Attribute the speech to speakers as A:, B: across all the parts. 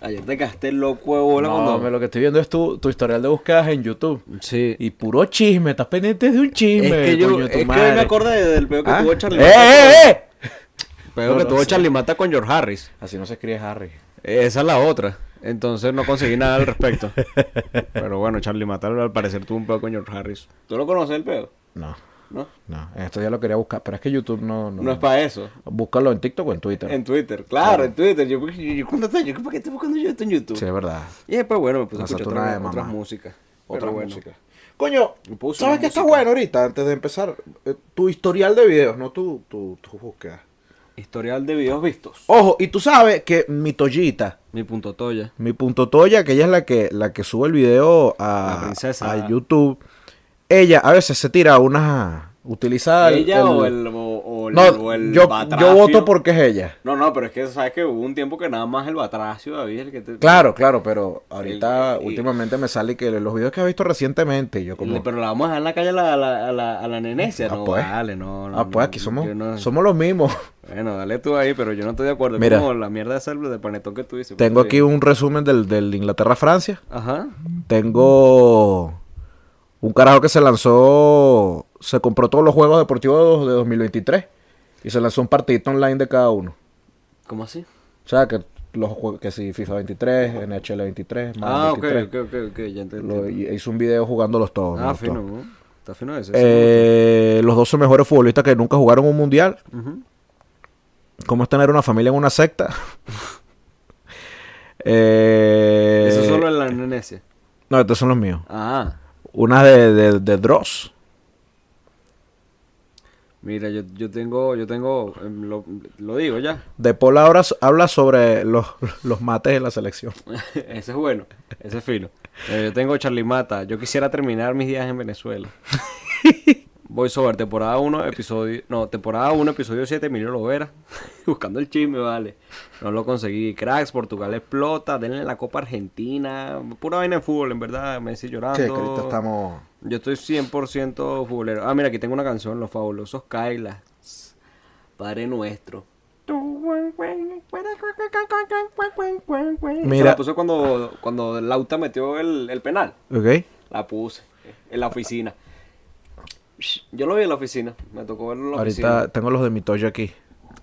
A: Ah,
B: te gastes loco de bola
A: No,
B: cuando.
A: hombre, lo que estoy viendo es tu, tu historial de búsquedas en YouTube.
B: Sí.
A: Y puro chisme, estás pendiente de un chisme.
B: es que yo
A: coño de tu
B: es que
A: madre.
B: me acordé del peo que
A: ¿Ah?
B: tuvo Charlie
A: ¡Eh,
B: Mata
A: eh, eh!
B: con- peo que
A: No, no
B: tuvo
A: sé.
B: Charlie Mata con George Harris.
A: Así no se escribe Harry.
B: Esa es la otra. Entonces no conseguí nada al respecto. Pero bueno, Charlie Mata al parecer tuvo un peo con George Harris. ¿Tú lo conoces el peo?
A: No,
B: ¿No?
A: no. En estos días lo quería buscar, pero es que YouTube no.
B: No,
A: No,
B: es para eso. Ah.
A: Búscalo en TikTok o en Twitter.
B: En Twitter, claro, en Twitter. Yo, yo, yo, ¿cuándo te- yo, ¿Por qué estoy buscando yo esto en YouTube?
A: Sí, es verdad.
B: Y después, bueno, me puse a
A: La
B: escuchar
A: saturada
B: otra-
A: de mamá.
B: otras músicas.
A: Otra
B: Pero bueno.
A: música. Coño,
B: Me puse
A: ¿sabes
B: una
A: qué está
B: música.
A: bueno ahorita? Antes de empezar, eh, tu historial de videos, no tu, tu, tu búsqueda.
B: Historial de videos vistos.
A: Ojo, y tú sabes que mi Toyita,
B: Mi punto toya.
A: mi punto Toya, que ella es la que, la que sube el video a,
B: La princesa.
A: a YouTube, ella a veces se tira unas... Utiliza el-
B: Ah, ¿Ella
A: el-
B: o el, o, o el-
A: No,
B: o el
A: yo,
B: batracio?
A: yo voto porque es ella.
B: No, no, pero es que sabes que hubo un tiempo que nada más el batracio David es el que te...
A: Claro, claro, pero ahorita
B: El- y-
A: últimamente me sale que los videos que has visto recientemente, yo como...
B: Le- Pero la vamos a dejar en la calle a la, a la, a la, a la nenecia,
A: Ah,
B: no
A: pues.
B: vale, no, no,
A: ah, pues
B: no,
A: aquí somos,
B: yo no-
A: somos los mismos.
B: Bueno, dale tú ahí, pero yo no estoy de acuerdo.
A: Mira.
B: Es como la mierda de hacerlo de panetón que tú dices.
A: Tengo
B: porque-
A: aquí un resumen del, del Inglaterra-Francia.
B: Ajá.
A: Tengo un carajo que se lanzó, se compró todos los juegos deportivos de 2023 y se lanzó un partidito online de cada uno.
B: ¿Cómo así?
A: O sea, que los jue- que si FIFA 23, NHL 23, más
B: Ah, ok,
A: 23.
B: ok, ok, ok, ya entendí.
A: Lo- y- hizo un video jugándolos todos. me
B: ah,
A: gustó.
B: fino, ¿no? Está fino ese. ese
A: Eh, los 12 mejores futbolistas que nunca jugaron un mundial.
B: me gusta. Ujú.
A: ¿Cómo es tener una familia en una secta? Eh,
B: Eso solo en la nenecia.
A: No, estos son los míos.
B: Ah,
A: Una de, de, de Dross.
B: mira, yo, yo tengo, yo tengo, em, lo, lo digo ya.
A: De Paul ahora s- habla sobre los, los mates de la selección.
B: ese es bueno, ese es fino. Eh, yo tengo Charlie Mata. Yo quisiera terminar mis días en Venezuela. Voy sobre temporada 1, episodio... No, temporada 1, episodio 7, Emilio Lovera. Buscando el chisme, vale. No lo conseguí. Cracks, Portugal explota. Denle la Copa Argentina. Pura vaina de fútbol, en verdad. Messi llorando.
A: Che, que ahorita estamos.
B: Yo estoy 100% futbolero. Ah, mira, aquí tengo una canción, Los Fabulosos Kailas. Padre Nuestro.
A: Mira.
B: Mira. La puse cuando, cuando Lauta metió el, el penal.
A: Ok.
B: La puse en la oficina. Yo lo vi en la oficina. Me tocó verlo en la
A: Ahorita
B: oficina.
A: tengo los de mi Toyo aquí.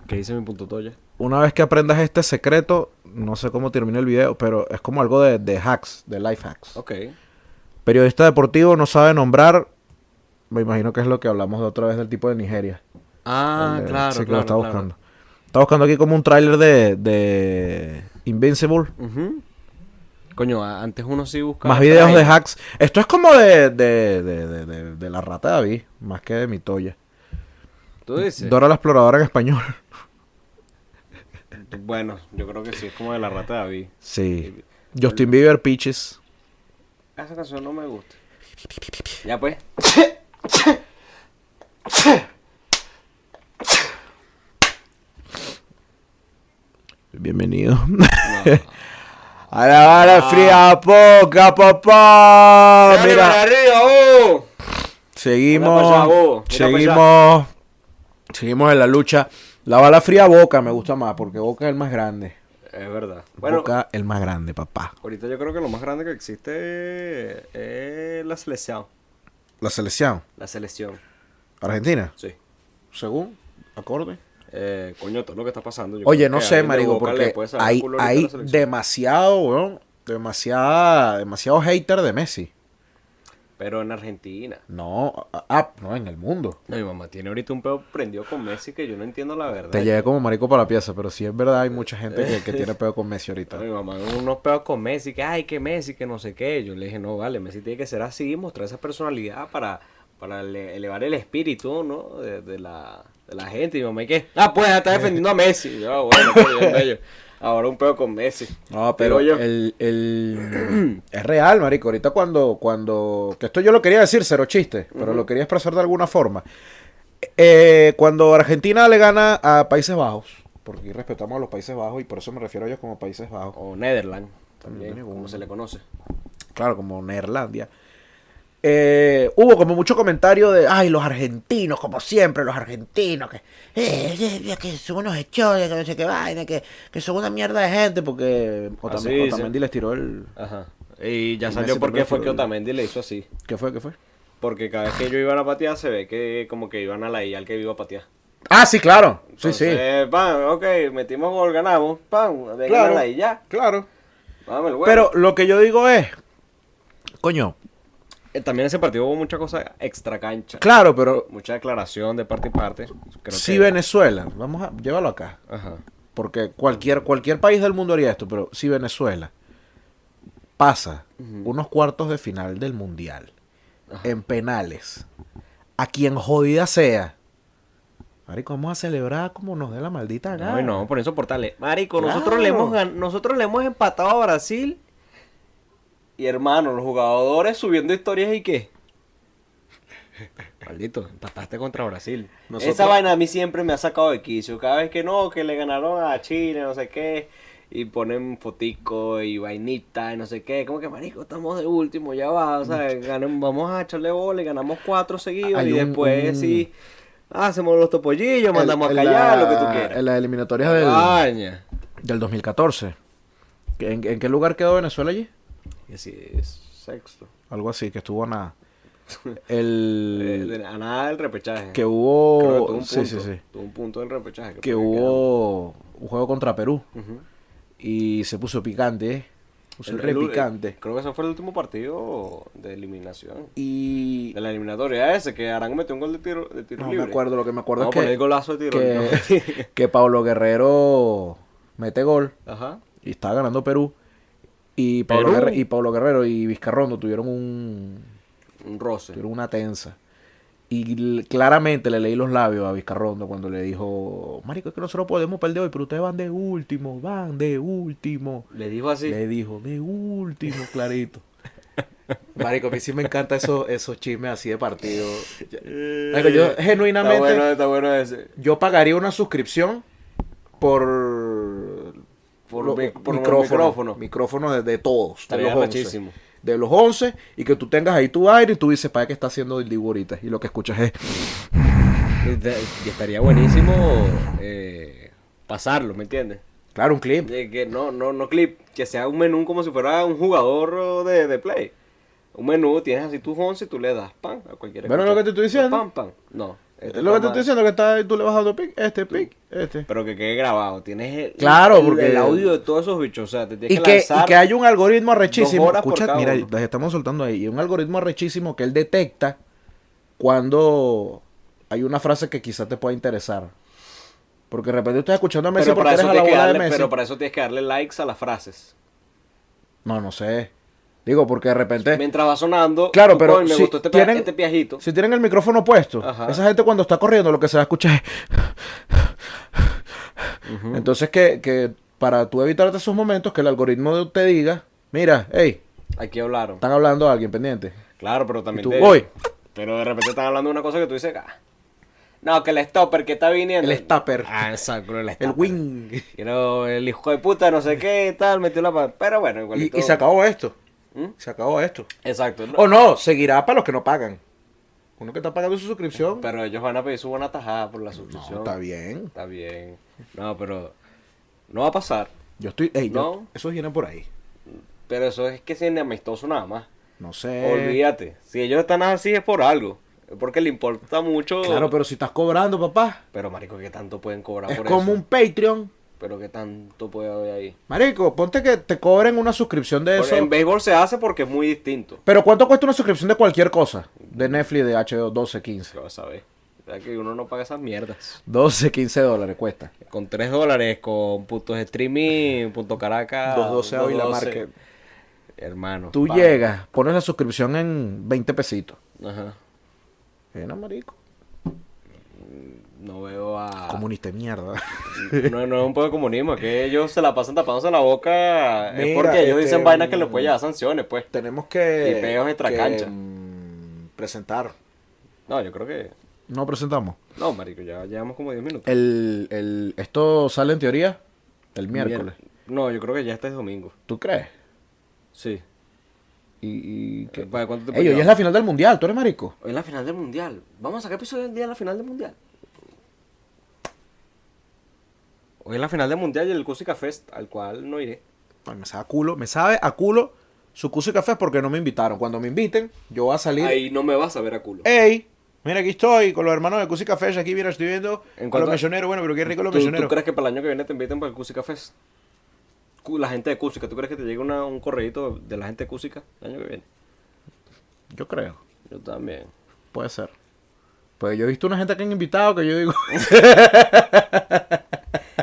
B: ¿Qué dice mi punto toya?
A: Una vez que aprendas este secreto, no sé cómo termina el video, pero es como algo de, de hacks, de life hacks.
B: Ok.
A: Periodista deportivo no sabe nombrar. Me imagino que es lo que hablamos de otra vez del tipo de Nigeria.
B: Ah,
A: El de-
B: claro,
A: sí, que lo
B: claro,
A: está
B: claro.
A: buscando. Está buscando aquí como un tráiler de, de Invincible.
B: Ujú. Coño, a- antes uno sí buscaba.
A: Más videos de
B: traje.
A: hacks. Esto es como de, de, de- de- de- de la rata de David, más que de mi toya.
B: ¿Tú dices?
A: Dora la exploradora en español.
B: Bueno, yo creo que sí, es como de la rata de David.
A: Sí. Justin Bieber Peaches.
B: Esa canción no me gusta. Ya pues.
A: Bienvenido. A la vara
B: Ah.
A: fría poca, papá. Ah, Mira.
B: arriba, oh!
A: Seguimos.
B: Mira pa' allá, bobo. Mira pa'
A: Seguimos. Seguimos en la lucha. La bala fría Boca me gusta más porque Boca es el más grande.
B: Es verdad. Bueno,
A: Boca el más grande, papá.
B: ahorita yo creo que lo más grande que existe es la selección.
A: La selección.
B: La selección,
A: Argentina.
B: sí.
A: Según. Acorde.
B: Eh, coño, todo lo que está pasando. yo
A: Oye,
B: creo
A: no
B: que
A: sé,
B: alguien de
A: marico,
B: Boca le
A: porque
B: puede sacar
A: hay,
B: culo ahorita a la
A: hay
B: selección.
A: demasiado, weón. Demasiada, demasiado hater de Messi.
B: Pero en Argentina.
A: No, ah, ah, no, en el mundo.
B: No, mi mamá tiene ahorita un pedo prendido con Messi que yo no entiendo la verdad.
A: Te llevé como marico para la pieza, pero sí es verdad, hay mucha gente que, que tiene pedo con Messi ahorita.
B: Claro, Mi mamá unos pedos con Messi, que ay, que Messi, que no sé qué. Yo le dije, no, vale, Messi tiene que ser así, mostrar esa personalidad para, para ele- elevar el espíritu, ¿no? De, de la, de la gente. Y mi mamá, ¿y qué? Ah, pues, está defendiendo a Messi. Yo, "Ah, bueno, coño, es bello". Ahora un pedo con Messi.
A: No, pero
B: Digo yo.
A: el, el- es real, marico. Ahorita cuando, cuando, que esto yo lo quería decir, cero chiste, pero lo quería expresar de alguna forma. Eh, cuando Argentina le gana a Países Bajos, porque aquí respetamos a los Países Bajos y por eso me refiero a ellos como Países Bajos,
B: O Netherland, también,
A: Mm,
B: como se le conoce.
A: claro, como Neerlandia. eh, hubo como mucho comentario de, ay, los argentinos, como siempre, los argentinos, que, eh, eh, que son unos hechones, que no sé qué vaina, que, que son una mierda de gente, porque
B: Así
A: Otamendi,
B: dicen.
A: Otamendi les tiró el...
B: Ajá. Y ya
A: Y
B: salió
A: Messi
B: porque
A: también
B: fue
A: fue-
B: que Otamendi le hizo así.
A: ¿Qué fue? ¿Qué fue?
B: Porque cada vez que ellos iban a patear, se ve que como que iban a la I al que iba a patear.
A: Ah, sí, claro. sí, sí.
B: Entonces, Pam, ok, metimos gol, ganamos. Pam, vengan a la I ya.
A: claro.
B: Dame el huevo.
A: Pero lo que yo digo es, coño,
B: Eh, también en ese partido hubo mucha cosa extra cancha.
A: claro, pero
B: Mucha declaración de parte y parte. Creo
A: si
B: que-
A: Venezuela, vamos a llévalo acá,
B: Ajá.
A: porque cualquier, cualquier país del mundo haría esto, pero si Venezuela pasa unos cuartos de final del mundial en penales, a quien jodida sea, marico, vamos a celebrar como nos dé la maldita gana.
B: Ay, no, por eso portales. Marico,
A: ah. Claro.
B: nosotros, le hemos gan- nosotros le hemos empatado a Brasil. Y hermano, los jugadores subiendo historias y qué. Maldito, empataste contra Brasil.
A: Nosotros-
B: Esa vaina a mí siempre me ha sacado de quicio. Cada vez que no, que le ganaron a Chile, no sé qué. Y ponen fotico y vainita y no sé qué. Como que, marico, estamos de último, ya va. O sea, ganen- vamos a echarle bola y ganamos cuatro seguidos.
A: Hay
B: y
A: un-
B: después
A: un-
B: sí, hacemos los topollillos, mandamos
A: En-
B: a
A: en
B: callar,
A: la-
B: lo que tú quieras.
A: En las eliminatorias del,
B: España.
A: del 2014. ¿En, en qué lugar quedó Venezuela allí?
B: Y así es sexto.
A: Algo así, que estuvo nada. El...
B: Eh, a nada del repechaje. Creo
A: que
B: que tuvo
A: hubo
B: un
A: sí, sí,
B: punto,
A: sí.
B: Tuvo un punto del repechaje. creo
A: que hubo un juego contra Perú
B: quedaron. Ujú.
A: y se puso picante ¿eh? puso el,
B: El- el-
A: repicante
B: eh, creo que ese fue el último partido de eliminación.
A: y
B: De la eliminatoria ese, que Arango metió un gol de tiro, de tiro
A: no
B: libre.
A: me acuerdo lo que me acuerdo
B: Vamos a
A: es
B: poner
A: que
B: el golazo de tiro
A: que,
B: libre.
A: que Pablo Guerrero mete gol
B: Ajá.
A: y estaba ganando Perú y Pablo,
B: Perú.
A: Guerre- y Pablo Guerrero y Vizcarrondo tuvieron un
B: Un roce.
A: tuvieron una tensa y l- claramente le leí los labios a Vizcarrondo cuando le dijo marico es que nosotros podemos perder hoy pero ustedes van de último van de último
B: Le dijo así.
A: Le dijo, de último, clarito. Marico, a mí sí me encanta eso- esos chismes así de partido. Marico, yo
B: Está
A: genuinamente,
B: bueno, está bueno ese.
A: yo pagaría una suscripción por...
B: Por
A: lo-
B: mi- por micrófono.
A: Micrófono de, de todos, de
B: Estaría
A: los 11.
B: rechísimo.
A: De los 11 y que tú tengas ahí tu aire y tú dices, para qué está haciendo el divo ahorita?", Y lo que escuchas es...
B: Y te- y estaría buenísimo eh, pasarlo, ¿me entiendes?
A: Claro, un clip.
B: De que no, no, no clip, que sea un menú como si fuera un jugador oh, de, de play. Un menú, tienes así tus 11 y tú le das pan a cualquiera.
A: Bueno, lo que te estoy diciendo.
B: Pan, pan. No. este
A: Lo que te
B: pan,
A: estoy diciendo que está, tú le vas dando pic, este pic, este.
B: Pero que quede grabado. Tienes el,
A: Claro,
B: el-
A: porque-
B: el audio de todos esos bichos. O sea, te tienes que,
A: y que,
B: lanzar.
A: y que hay un algoritmo arrechísimo.
B: dos horas por
A: Escucha,
B: cada
A: mira,
B: uno.
A: las estamos soltando ahí. Y un algoritmo arrechísimo que él detecta cuando hay una frase que quizás te pueda interesar. Porque de repente estás escuchando a Messi
B: pero,
A: porque
B: para
A: eres
B: eso
A: a la
B: tienes que
A: bola de
B: darle,
A: Messi.
B: pero para eso tienes que darle likes a las frases.
A: No, no sé. Digo, porque de repente.
B: Mientras va sonando.
A: Eh, Claro,
B: tú,
A: pero
B: "Coño, me
A: si
B: gustó este, pe-
A: tienen-
B: este piajito.
A: Si tienen el micrófono puesto,
B: Ajá.
A: esa gente cuando está corriendo lo que se va a escuchar es. Entonces, que, que para tú evitarte esos momentos, que el algoritmo te diga: Mira, hey,
B: Aquí hablaron.
A: están hablando a alguien pendiente.
B: Claro, pero también.
A: tú, "Voy".
B: Pero de repente están hablando de una cosa que tú dices. "Ah, No, que el stopper que está viniendo.
A: El stopper.
B: Ah, exacto, el
A: El
B: stopper.
A: wing.
B: Y no, el hijo de puta, no sé qué, tal, metió la pata. Pero bueno,
A: Y,
B: igualito.
A: y se acabó esto.
B: ¿Mm?
A: Se acabó esto.
B: Exacto. ¿no?
A: O no, seguirá para los que no pagan. Uno que está pagando su suscripción.
B: Pero ellos van a pedir su buena tajada por la
A: No,
B: suscripción.
A: está bien.
B: Está bien. No, pero no va a pasar.
A: Yo estoy. Ey, yo-
B: No.
A: esos vienen por ahí.
B: Pero eso es que es en amistoso nada más.
A: No sé.
B: Olvídate. Si ellos están así es por algo. Es porque le importa mucho.
A: Claro, pero si estás cobrando, papá.
B: Pero, marico, ¿qué tanto pueden cobrar
A: Es
B: por
A: como
B: eso?
A: un Patreon.
B: Pero ¿qué tanto puede haber ahí?
A: Marico, ponte que te cobren una suscripción de
B: Por-
A: eso.
B: En béisbol se hace porque es muy distinto.
A: Pero ¿cuánto cuesta una suscripción de cualquier cosa? De Netflix, de HBO, 12, 15.
B: Se va a saber. O sea, que uno no paga esas mierdas.
A: 12, 15 dólares cuesta.
B: Con 3 dólares, con puntos de streaming, punto Caracas.
A: 212 Ávila
B: 212.
A: Market.
B: Hermano.
A: Tú
B: vale.
A: llegas, pones la suscripción en 20 pesitos.
B: Ajá.
A: Eh, no, marico.
B: No veo a.
A: Comunista de mierda.
B: No, no es un poco de comunismo, es que ellos se la pasan tapándose la boca. es
A: Mira,
B: porque ellos
A: este,
B: dicen vainas que les
A: mm,
B: puede llevar sanciones, pues.
A: Tenemos que.
B: Y peos extra
A: que,
B: cancha.
A: mm, presentar.
B: No, yo creo que.
A: No presentamos.
B: No, marico, ya llevamos como 10 minutos.
A: El, el, esto sale en teoría el miércoles.
B: Mier- No, yo creo que ya este es domingo.
A: ¿Tú crees?
B: Sí.
A: Y, y que-
B: Eh, ¿para cuánto te
A: Ey, hoy
B: peleabas?
A: es la final del mundial, tú eres marico.
B: Hoy es la final del mundial. Vamos a sacar episodio del día de la final del mundial. Hoy es la final del mundial y el Cúsica Fest, al cual no iré.
A: Ay, Me sabe a culo, me sabe a culo su cuso y café porque no me invitaron. Cuando me inviten, yo voy a salir. Eh,
B: Ahí no me vas a ver a culo.
A: ¡Ey! Mira, aquí estoy con los hermanos de Cusi Café. y Aquí, mira, estoy viendo
B: En
A: a
B: cuanto
A: los
B: a-
A: mechoneros. Bueno, pero qué rico los
B: ¿Tú, tú
A: mechoneros.
B: crees que para el año que viene te inviten para el Cúsica Fest? Cu- La gente de Cúsica, ¿tú crees que te llegue una- un correíto de la gente de Cúsica el año que viene?
A: Yo creo.
B: Yo también.
A: Puede ser. Pues yo he visto una gente que han invitado que yo digo.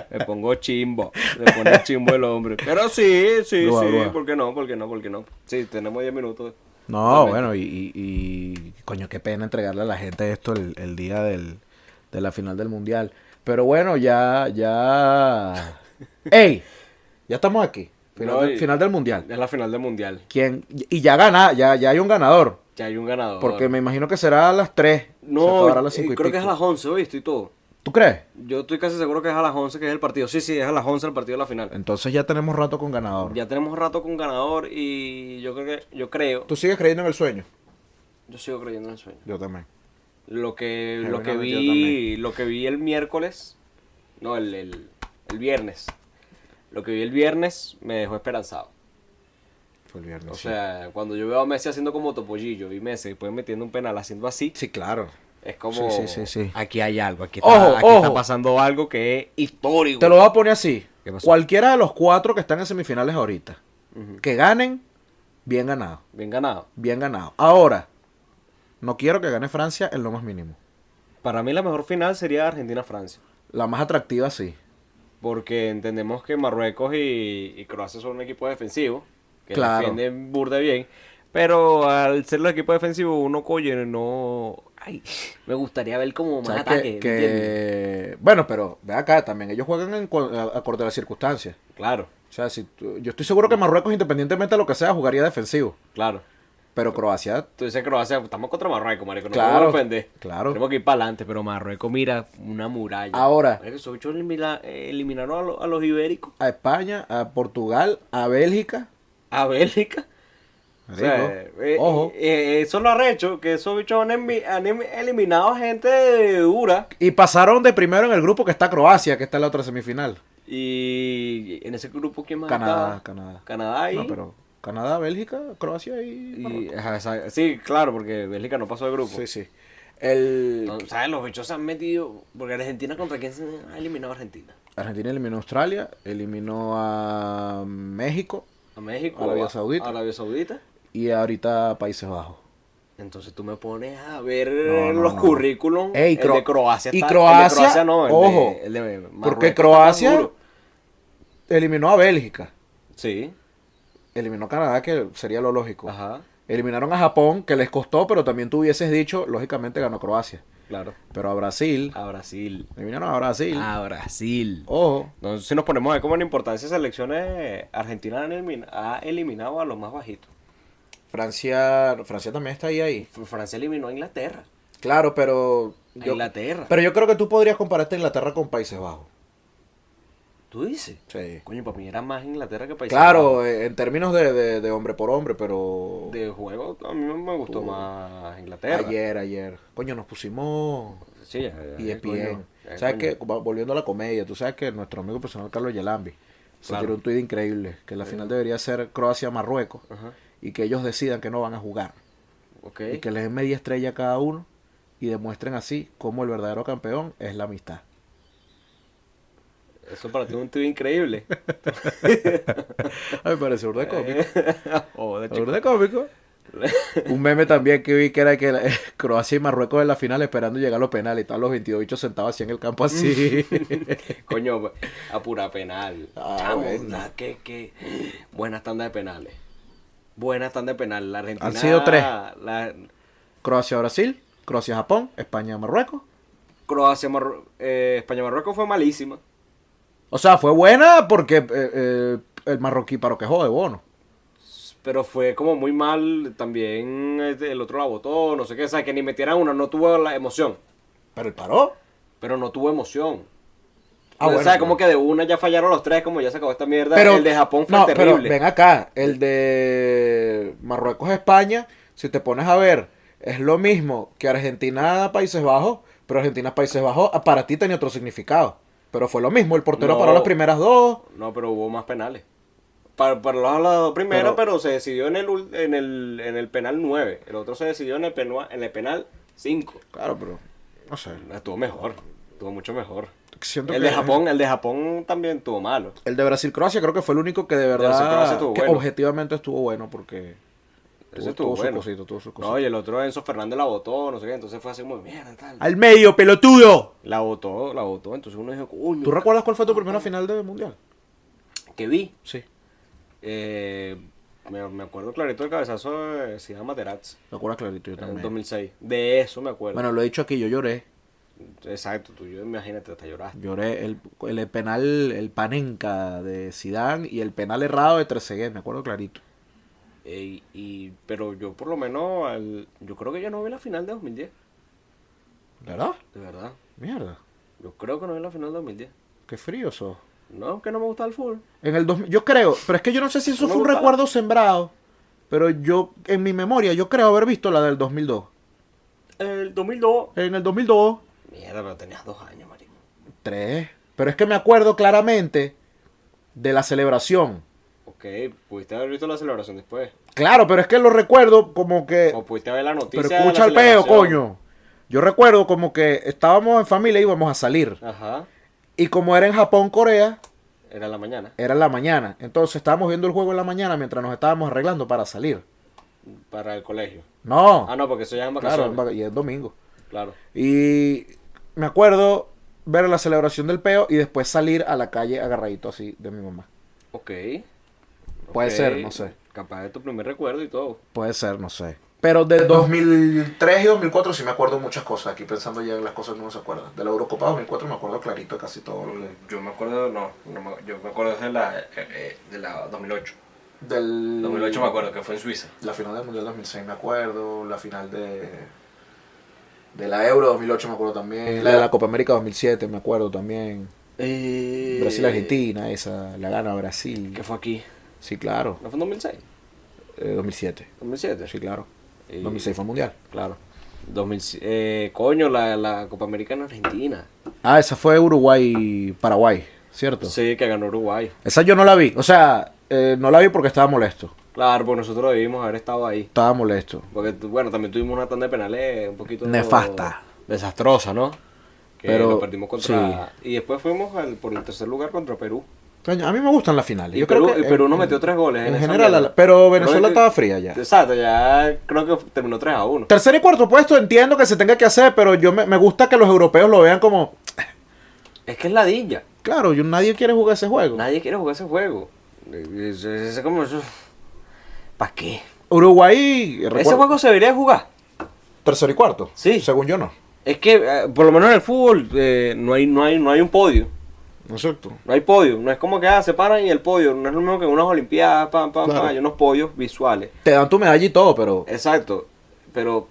B: Me pongo chimbo. Le pone chimbo el hombre. Pero sí, sí,
A: Grúa,
B: sí.
A: grúa.
B: ¿Por qué no? ¿Por qué no? ¿Por qué no? Sí, tenemos 10 minutos.
A: No,
B: Totalmente.
A: bueno, y, y- y- Coño, qué pena entregarle a la gente esto el, el día del, de la final del mundial. Pero bueno, ya. ya... ¡Ey! Ya estamos aquí. Final,
B: No,
A: del-
B: y-
A: final del mundial.
B: Es la final del mundial.
A: ¿Quién? Y ya gana, ya, ya hay un ganador.
B: Ya hay un ganador.
A: Porque me imagino que será a las 3.
B: No, eh, creo que es a las 11, ¿oíste? Y todo.
A: ¿Tú crees?
B: Yo estoy casi seguro que es a las 11 que es el partido. Sí, sí, es a las 11 el partido de la final.
A: Entonces ya tenemos rato con ganador.
B: Ya tenemos rato con ganador y yo creo que yo creo,
A: ¿Tú sigues creyendo en el sueño?
B: yo sigo creyendo en el sueño.
A: Yo también.
B: Lo que
A: Pero
B: lo que
A: no, yo
B: vi,
A: también.
B: lo que vi el miércoles, no, el, el, el viernes. Lo que vi el viernes me dejó esperanzado.
A: Fue el viernes.
B: O
A: sí.
B: sea, cuando yo veo a Messi haciendo como topollillo, vi Messi después metiendo un penal haciendo así,
A: sí, claro.
B: es como
A: Sí, sí, sí, sí.
B: aquí hay algo, aquí
A: Ojo,
B: aquí está
A: ojo.
B: pasando algo que es histórico.
A: Te lo voy a poner así.
B: ¿Qué pasó?
A: Cualquiera de los cuatro que están en semifinales ahorita,
B: Ujú.
A: que ganen, bien ganado.
B: Bien ganado.
A: Bien ganado. Ahora, no quiero que gane Francia en lo más mínimo.
B: Para mí la mejor final sería Argentina-Francia.
A: La más atractiva, sí.
B: Porque entendemos que Marruecos y, y Croacia son un equipo defensivo. Que
A: Claro.
B: defienden burda bien. Pero al ser los equipos defensivos, uno coye, no. Ay, me gustaría ver como
A: O
B: más
A: sea, que-
B: ataque.
A: que-
B: ¿entiendes?
A: Bueno, pero ve acá también. Ellos juegan en, cu- a- acorde a las circunstancias.
B: Claro,
A: O sea, si tú- yo estoy seguro que Marruecos, independientemente de lo que sea, jugaría defensivo.
B: claro.
A: Pero Croacia
B: Tú dices Croacia, estamos contra Marruecos, marico. No
A: Claro,
B: claro, ofender.
A: claro.
B: Tenemos que ir para adelante, pero Marruecos, mira, una muralla.
A: Ahora.
B: Marico, esos bichos elimina- eh, eliminaron a, lo- a los ibéricos,
A: a España, a Portugal, a Bélgica.
B: a Bélgica. O sea,
A: Marico,
B: eh,
A: Ojo.
B: eh, eh, eso lo ha hecho, que esos bichos han, envi- han em- eliminado gente dura.
A: Y pasaron de primero en el grupo que está Croacia, que está en la otra semifinal.
B: Y en ese grupo, ¿quién más
A: Canadá,
B: estaba?
A: Canadá.
B: Canadá y...
A: No, pero Canadá, Bélgica, Croacia y.
B: y-
A: Marruecos.
B: ajá, esa- sí, claro, porque Bélgica no pasó de grupo.
A: Sí, sí. El...
B: No, ¿Sabes? Los bichos se han metido... Porque Argentina contra quién se ha eliminado a Argentina.
A: Argentina eliminó a Australia, eliminó a México
B: A México.
A: Arabia
B: a-
A: Saudita.
B: Arabia Saudita.
A: y ahorita a Países Bajos.
B: Entonces tú me pones a ver
A: No, no,
B: Eh, los
A: no.
B: currículums.
A: Ey,
B: el
A: Cro-
B: de Croacia.
A: y
B: está-
A: Croacia,
B: el de Croacia no. el de-
A: ojo,
B: el de Marruecos
A: Porque
B: está
A: Croacia
B: más duro.
A: eliminó a Bélgica,
B: Sí.
A: eliminó a Canadá, que sería lo lógico.
B: Ajá.
A: Eliminaron a Japón, que les costó, pero también tú hubieses dicho, lógicamente ganó Croacia.
B: Claro.
A: Pero a Brasil,
B: A Brasil.
A: eliminaron a Brasil.
B: A Brasil.
A: Ojo.
B: Entonces, si nos ponemos a ver cómo en importancia selecciones, Argentina han elimin- ha eliminado a los más bajitos.
A: Francia, Francia también está ahí ahí.
B: Fr- Francia eliminó a Inglaterra.
A: Claro, pero
B: A
A: yo,
B: Inglaterra.
A: pero yo creo que tú podrías compararte Inglaterra con Países Bajos.
B: ¿Tú dices?
A: Sí.
B: Coño, para mí era más Inglaterra que Países Bajos.
A: Claro, eh, en términos de, de- de hombre por hombre, pero
B: De juego, a mí me gustó
A: Tú.
B: más Inglaterra.
A: ayer, ayer, coño, nos pusimos
B: Sí, ya, ya,
A: y
B: ya, coño, ya,
A: ¿Sabes
B: coño.
A: qué? Va- Volviendo a la comedia, tú sabes que nuestro amigo personal Carlos Yelambi se
B: Claro.
A: tiró un tuit increíble que la final debería ser Croacia-Marruecos
B: Ajá.
A: y que ellos decidan que no van a jugar.
B: Ok.
A: y que les den media estrella a cada uno y demuestren así cómo el verdadero campeón es la amistad.
B: Eso para ti es un tweet increíble.
A: A mí me parece burda de cómico.
B: Joder, chico.
A: burda de cómico. Un meme también que vi que era que la- Croacia y Marruecos en la final esperando llegar a los penales y estaban los 22 bichos sentados así en el campo así.
B: Coño, pues, a pura penal.
A: Ah,
B: Chamo,
A: bueno.
B: la que, que... Buena tanda de penales. Buena tanda de penales. La Argentina.
A: Han sido tres.
B: la-
A: Croacia-Brasil, Croacia-Japón, España-Marruecos.
B: Croacia, Marru- eh, España, Marruecos fue malísima.
A: O sea, fue buena porque eh, eh, el marroquí paró que jode, bono.
B: Pero fue como muy mal. También este, el otro la votó, no sé qué. O sea, que ni metieran una, no tuvo la emoción.
A: Pero él paró.
B: Pero no tuvo emoción. o
A: Ah, bueno,
B: sea,
A: pero-
B: como que de una ya fallaron los tres, como ya se acabó esta mierda. el de Japón fue
A: no,
B: terrible.
A: Pero ven acá, el de Marruecos a España, si te pones a ver, es lo mismo que Argentina a Países Bajos, pero Argentina a Países Bajos ah, para ti tenía otro significado. Pero fue lo mismo, el portero
B: No.
A: paró las primeras dos.
B: No, pero hubo más penales. Para, para los hablados primero,
A: Pero-
B: pero, se decidió en el, ul- en el en el penal 9. El otro se decidió en el, penua- en el penal 5.
A: Claro, pero no sé.
B: Estuvo mejor. Estuvo mucho mejor.
A: Siento
B: El
A: que
B: de Japón, el de Japón también estuvo malo.
A: El de Brasil-Croacia creo que fue el único que de
B: Brasil-Croacia
A: verdad,
B: estuvo
A: que
B: bueno.
A: objetivamente estuvo bueno porque
B: Ese
A: tuvo,
B: estuvo
A: tuvo
B: bueno.
A: su cosito, tuvo su cosito.
B: No, y el otro Enzo Fernández la votó, no sé qué, entonces fue así como mierda tal.
A: ¡Al medio, pelotudo!
B: La votó, la votó, entonces uno dijo, coño,
A: ¿Tú recuerdas cuál fue tu primera final de Mundial?
B: que vi.
A: Sí.
B: Eh, me, me acuerdo clarito el cabezazo de Zidane Materazzi
A: Me acuerdo clarito yo
B: en el
A: también.
B: 2006. De eso me acuerdo.
A: Bueno, lo he dicho aquí, yo lloré.
B: Exacto, tú yo imagínate, hasta lloraste.
A: Lloré el, el penal, el panenca de Sidán y el penal errado de Trezeguet, me acuerdo clarito.
B: Eh, y, pero yo por lo menos, al- yo creo que yo no vi la final de 2010,
A: ¿Verdad?
B: de verdad.
A: Mierda,
B: Yo creo que no vi la final de 2010.
A: qué frío eso.
B: No, que no me gusta el fútbol.
A: En el 2000, yo creo, pero es que yo no sé si eso
B: No me
A: fue un
B: gustaba.
A: recuerdo sembrado, pero yo, en mi memoria, yo creo haber visto la del 2002.
B: El 2002.
A: En el 2002,
B: Mierda, pero tenías dos años, marico.
A: tres, pero es que me acuerdo claramente de la celebración.
B: Ok, pudiste haber visto la celebración después.
A: Claro, pero es que lo recuerdo como que...
B: O pudiste ver la noticia.
A: Eh, Pero
B: de la
A: escucha el peo,
B: celebración.
A: coño. Yo recuerdo como que estábamos en familia y íbamos a salir.
B: Ajá,
A: Y como era en Japón, Corea,
B: era en la mañana.
A: era en la mañana. Entonces estábamos viendo el juego en la mañana mientras nos estábamos arreglando para salir.
B: Para el colegio.
A: No,
B: Ah, no, porque eso ya es en
A: claro,
B: vacaciones.
A: en vaca- y es domingo.
B: Claro.
A: Y me acuerdo ver la celebración del peo y después salir a la calle agarradito así de mi mamá.
B: Ok.
A: Puede
B: Ok.
A: ser, no sé.
B: Capaz de tu primer recuerdo y todo.
A: Puede ser, no sé. Pero de 2003 y 2004 sí me acuerdo muchas cosas. Aquí pensando ya en las cosas que uno se acuerda. De la Eurocopa 2004 me acuerdo clarito casi todo lo que-
B: Yo me acuerdo, no, yo me acuerdo de la, eh, de la 2008.
A: Del...
B: que fue en Suiza.
A: La final del Mundial 2006 me acuerdo, la final de, de la Euro 2008 me acuerdo también. La de la Copa América 2007 me acuerdo también. Brasil-Argentina, esa, la gana Brasil.
B: ¿Qué Eh, fue aquí?
A: Sí, claro.
B: ¿No fue en 2006?
A: Eh, 2007.
B: ¿2007?
A: Sí, claro.
B: Y-
A: 2006 fue el Mundial.
B: Eh, Claro. 2000, eh, coño, la, la Copa América en Argentina.
A: Ah, esa fue Uruguay-Paraguay, ¿cierto?
B: Sí, que ganó Uruguay.
A: Esa yo no la vi. O sea, eh, no la vi porque estaba molesto.
B: Claro, pues nosotros debimos haber estado ahí.
A: Estaba molesto.
B: Porque, tu- bueno, también tuvimos una tanda de penales un poquito...
A: Nefasta.
B: Desastrosa, ¿no? Que
A: Pero-
B: lo perdimos contra... Y después fuimos al, por el tercer lugar contra Perú.
A: Coño, a mí me gustan las finales.
B: Y
A: Yo
B: Perú,
A: creo que
B: y Perú
A: en-
B: nos metió tres goles.
A: En
B: esa
A: general,
B: mierda.
A: a la- pero Venezuela
B: que-
A: estaba fría ya.
B: Exacto, ya creo que terminó 3 a 1.
A: Tercer y cuarto puesto entiendo que se tenga que hacer, pero yo me, me gusta que los europeos lo vean como,
B: Es que es ladilla.
A: claro, yo, nadie quiere jugar ese juego.
B: Nadie quiere jugar ese juego. Es, es- es como eso. ¿Para qué?
A: Uruguay,
B: Ese
A: recuerdo-
B: juego se debería jugar.
A: tercer y cuarto.
B: Sí.
A: Según yo no.
B: Es que, eh, por lo menos en el fútbol, eh, no, hay, no, hay, no hay un podio.
A: Exacto.
B: No hay podio. No es como que ah, se paran y el podio. No es lo mismo que en unas Olimpiadas, pam, pam,
A: Claro.
B: pam. Hay unos podios visuales.
A: Te dan tu medalla y todo, pero
B: Exacto. Pero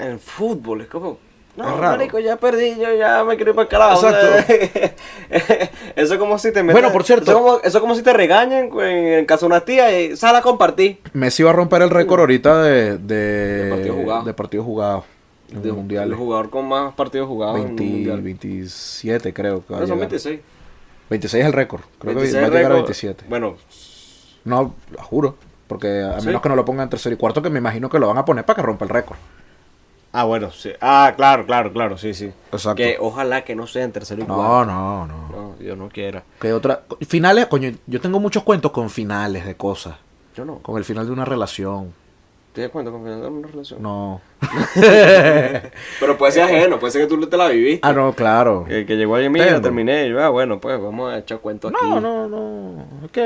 B: en el fútbol es como. No,
A: Es raro.
B: marico, ya perdí, yo ya me quiero ir para el carajo.
A: Exacto.
B: O sea, eso es como si te
A: Bueno, por cierto.
B: Eso es como, eso es como si te regañan en, en casa de una tía y sal a compartir.
A: Messi va a romper el récord ahorita de, de,
B: De partidos jugados.
A: de partidos jugados en
B: De-
A: los mundiales.
B: El jugador con más partidos jugados en
A: 20,
B: un mundial.
A: 27 creo que va a
B: No, son
A: llegar.
B: 26.
A: 26 es el récord. Creo
B: 26
A: que va a llegar a
B: récord.
A: 27.
B: Bueno,
A: No, lo juro. Porque a
B: ¿Sí?
A: menos que no lo pongan en tercer y cuarto, que me imagino que lo van a poner para que rompa el récord.
B: ah, bueno, sí. Ah, claro, claro, claro, sí, sí.
A: Exacto.
B: Que ojalá que no sea en tercero y
A: No,
B: cuarto.
A: no, no.
B: No, yo no quiera.
A: Que otra. Finales, coño, yo tengo muchos cuentos con finales de cosas.
B: Yo no.
A: Con el final de una relación.
B: ¿Te das cuenta con final de una relación?
A: No. Eh,
B: Pero puede ser ajeno, puede ser que tú te la viviste.
A: Ah, no, claro.
B: Que, que llegó alguien mío,
A: Tengo.
B: terminé. y Yo, ah, bueno, pues vamos a echar cuento aquí.
A: No, no, no. Es que.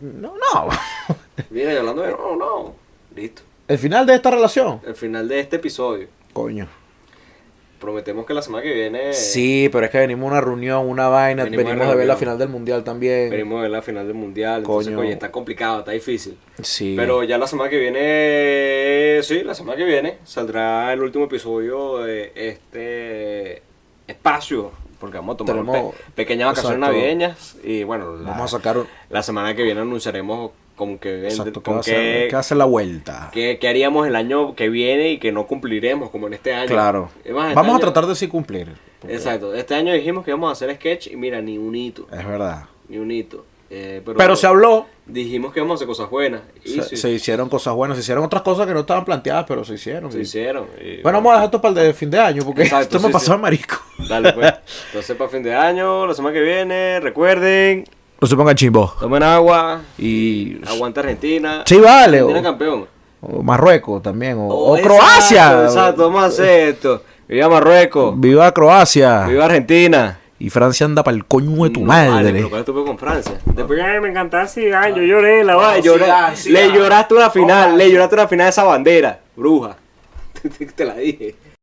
A: No, no.
B: Mira, y hablando de no, no. Listo.
A: El final de esta relación.
B: El final de este episodio.
A: Coño.
B: Prometemos que la semana que viene.
A: Sí, pero es que venimos a una reunión, una vaina.
B: Eh. Venimos a
A: Venimos,
B: una
A: a ver la
B: reunión.
A: final del mundial también.
B: Venimos a ver la final del mundial. Entonces,
A: Coño.
B: coño, está complicado, está difícil.
A: Sí.
B: Pero ya la semana que viene, sí, la semana que viene saldrá el último episodio de este espacio porque vamos a tomar un pe-
A: Tenemos-
B: pequeñas vacaciones
A: exacto.
B: navideñas y bueno, la,
A: Vamos a sacar un-
B: la semana que viene anunciaremos como que
A: Exacto,
B: con
A: que, hace,
B: qué,
A: la vuelta.
B: qué- qué haríamos el año que viene y que no cumpliremos como en este año.
A: Claro.
B: Es más, este
A: Vamos a
B: año-
A: tratar de sí cumplir. porque
B: Exacto, este año dijimos que íbamos a hacer sketch y mira, ni un hito,
A: Es verdad.
B: ni un hito. Eh, pero,
A: Pero, se habló.
B: dijimos que íbamos a hacer cosas buenas y
A: Se,
B: sí,
A: se hicieron cosas buenas, se hicieron otras cosas que no estaban planteadas, pero se hicieron.
B: se
A: Y-
B: hicieron. y-
A: Bueno, vamos a dejar esto para el de fin de año, porque
B: Exacto,
A: esto
B: sí,
A: me pasó
B: sí.
A: a marico.
B: Dale, pues. Entonces, para fin de año, la semana que viene, recuerden,
A: No se pongan chimbo.
B: tomen agua,
A: Y.
B: aguanta Argentina.
A: Sí, vale.
B: Argentina
A: O,
B: campeón. Oh,
A: o Marruecos también. O, o
B: exacto,
A: Croacia.
B: Exacto, vamos a hacer esto. Viva Marruecos,
A: Viva Croacia.
B: viva Argentina.
A: Y Francia anda para el coño de tu
B: No, Vale,
A: madre.
B: pero ¿cuál estuvo con Francia? Después,
C: Porque ay, me encantaba Zidane, yo lloré, la
B: ah, Oh,
C: verdad,
B: lloré.
C: Zidane, Zidane.
B: le lloraste una final, le lloraste una final a esa bandera, bruja. Te la dije.